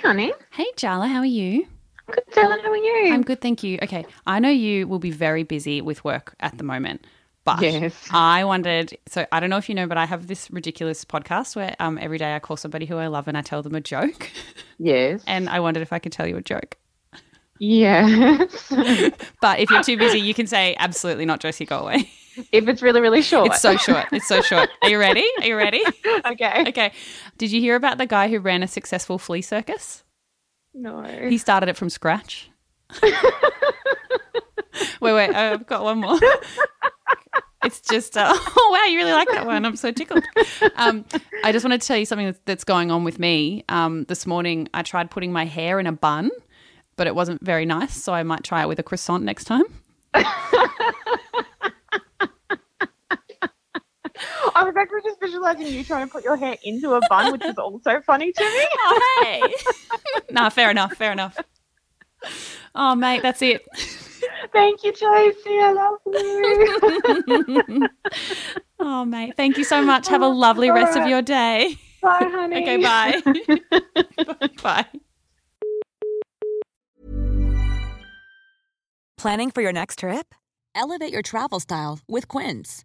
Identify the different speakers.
Speaker 1: Connie.
Speaker 2: Hey, Jala, how are you?
Speaker 1: Good, Dylan. How are you?
Speaker 2: I'm good, thank you. Okay, I know you will be very busy with work at the moment, but
Speaker 1: Yes.
Speaker 2: I wondered. So I don't know if you know, but I have this ridiculous podcast where um, every day I call somebody who I love and I tell them a joke,
Speaker 1: yes.
Speaker 2: and I wondered if I could tell you a joke.
Speaker 1: yes.
Speaker 2: But if you're too busy, you can say absolutely not, Josie, go away.
Speaker 1: if it's really, really short.
Speaker 2: It's so short. It's so short. Are you ready? Are you ready?
Speaker 1: okay.
Speaker 2: Okay. Did you hear about the guy who ran a successful flea circus?
Speaker 1: No. Oh,
Speaker 2: He started it from scratch. wait, wait, uh, I've got one more. It's just, uh, oh wow, you really like that one. I'm so tickled. Um, I just wanted to tell you something that's- that's going on with me. Um, this morning, I tried putting my hair in a bun, but it wasn't very nice, so I might try it with a croissant next time.
Speaker 1: I was actually just visualizing you trying to put your hair into a bun, which is also funny to me.
Speaker 2: Oh, hey. nah, fair enough, fair enough. Oh, mate, that's it.
Speaker 1: Thank you, Josie. I love you.
Speaker 2: Oh, mate, thank you so much. Have a lovely rest of your day.
Speaker 1: bye, honey.
Speaker 2: Okay, bye. bye.
Speaker 3: Planning for your next trip? Elevate your travel style with Quince.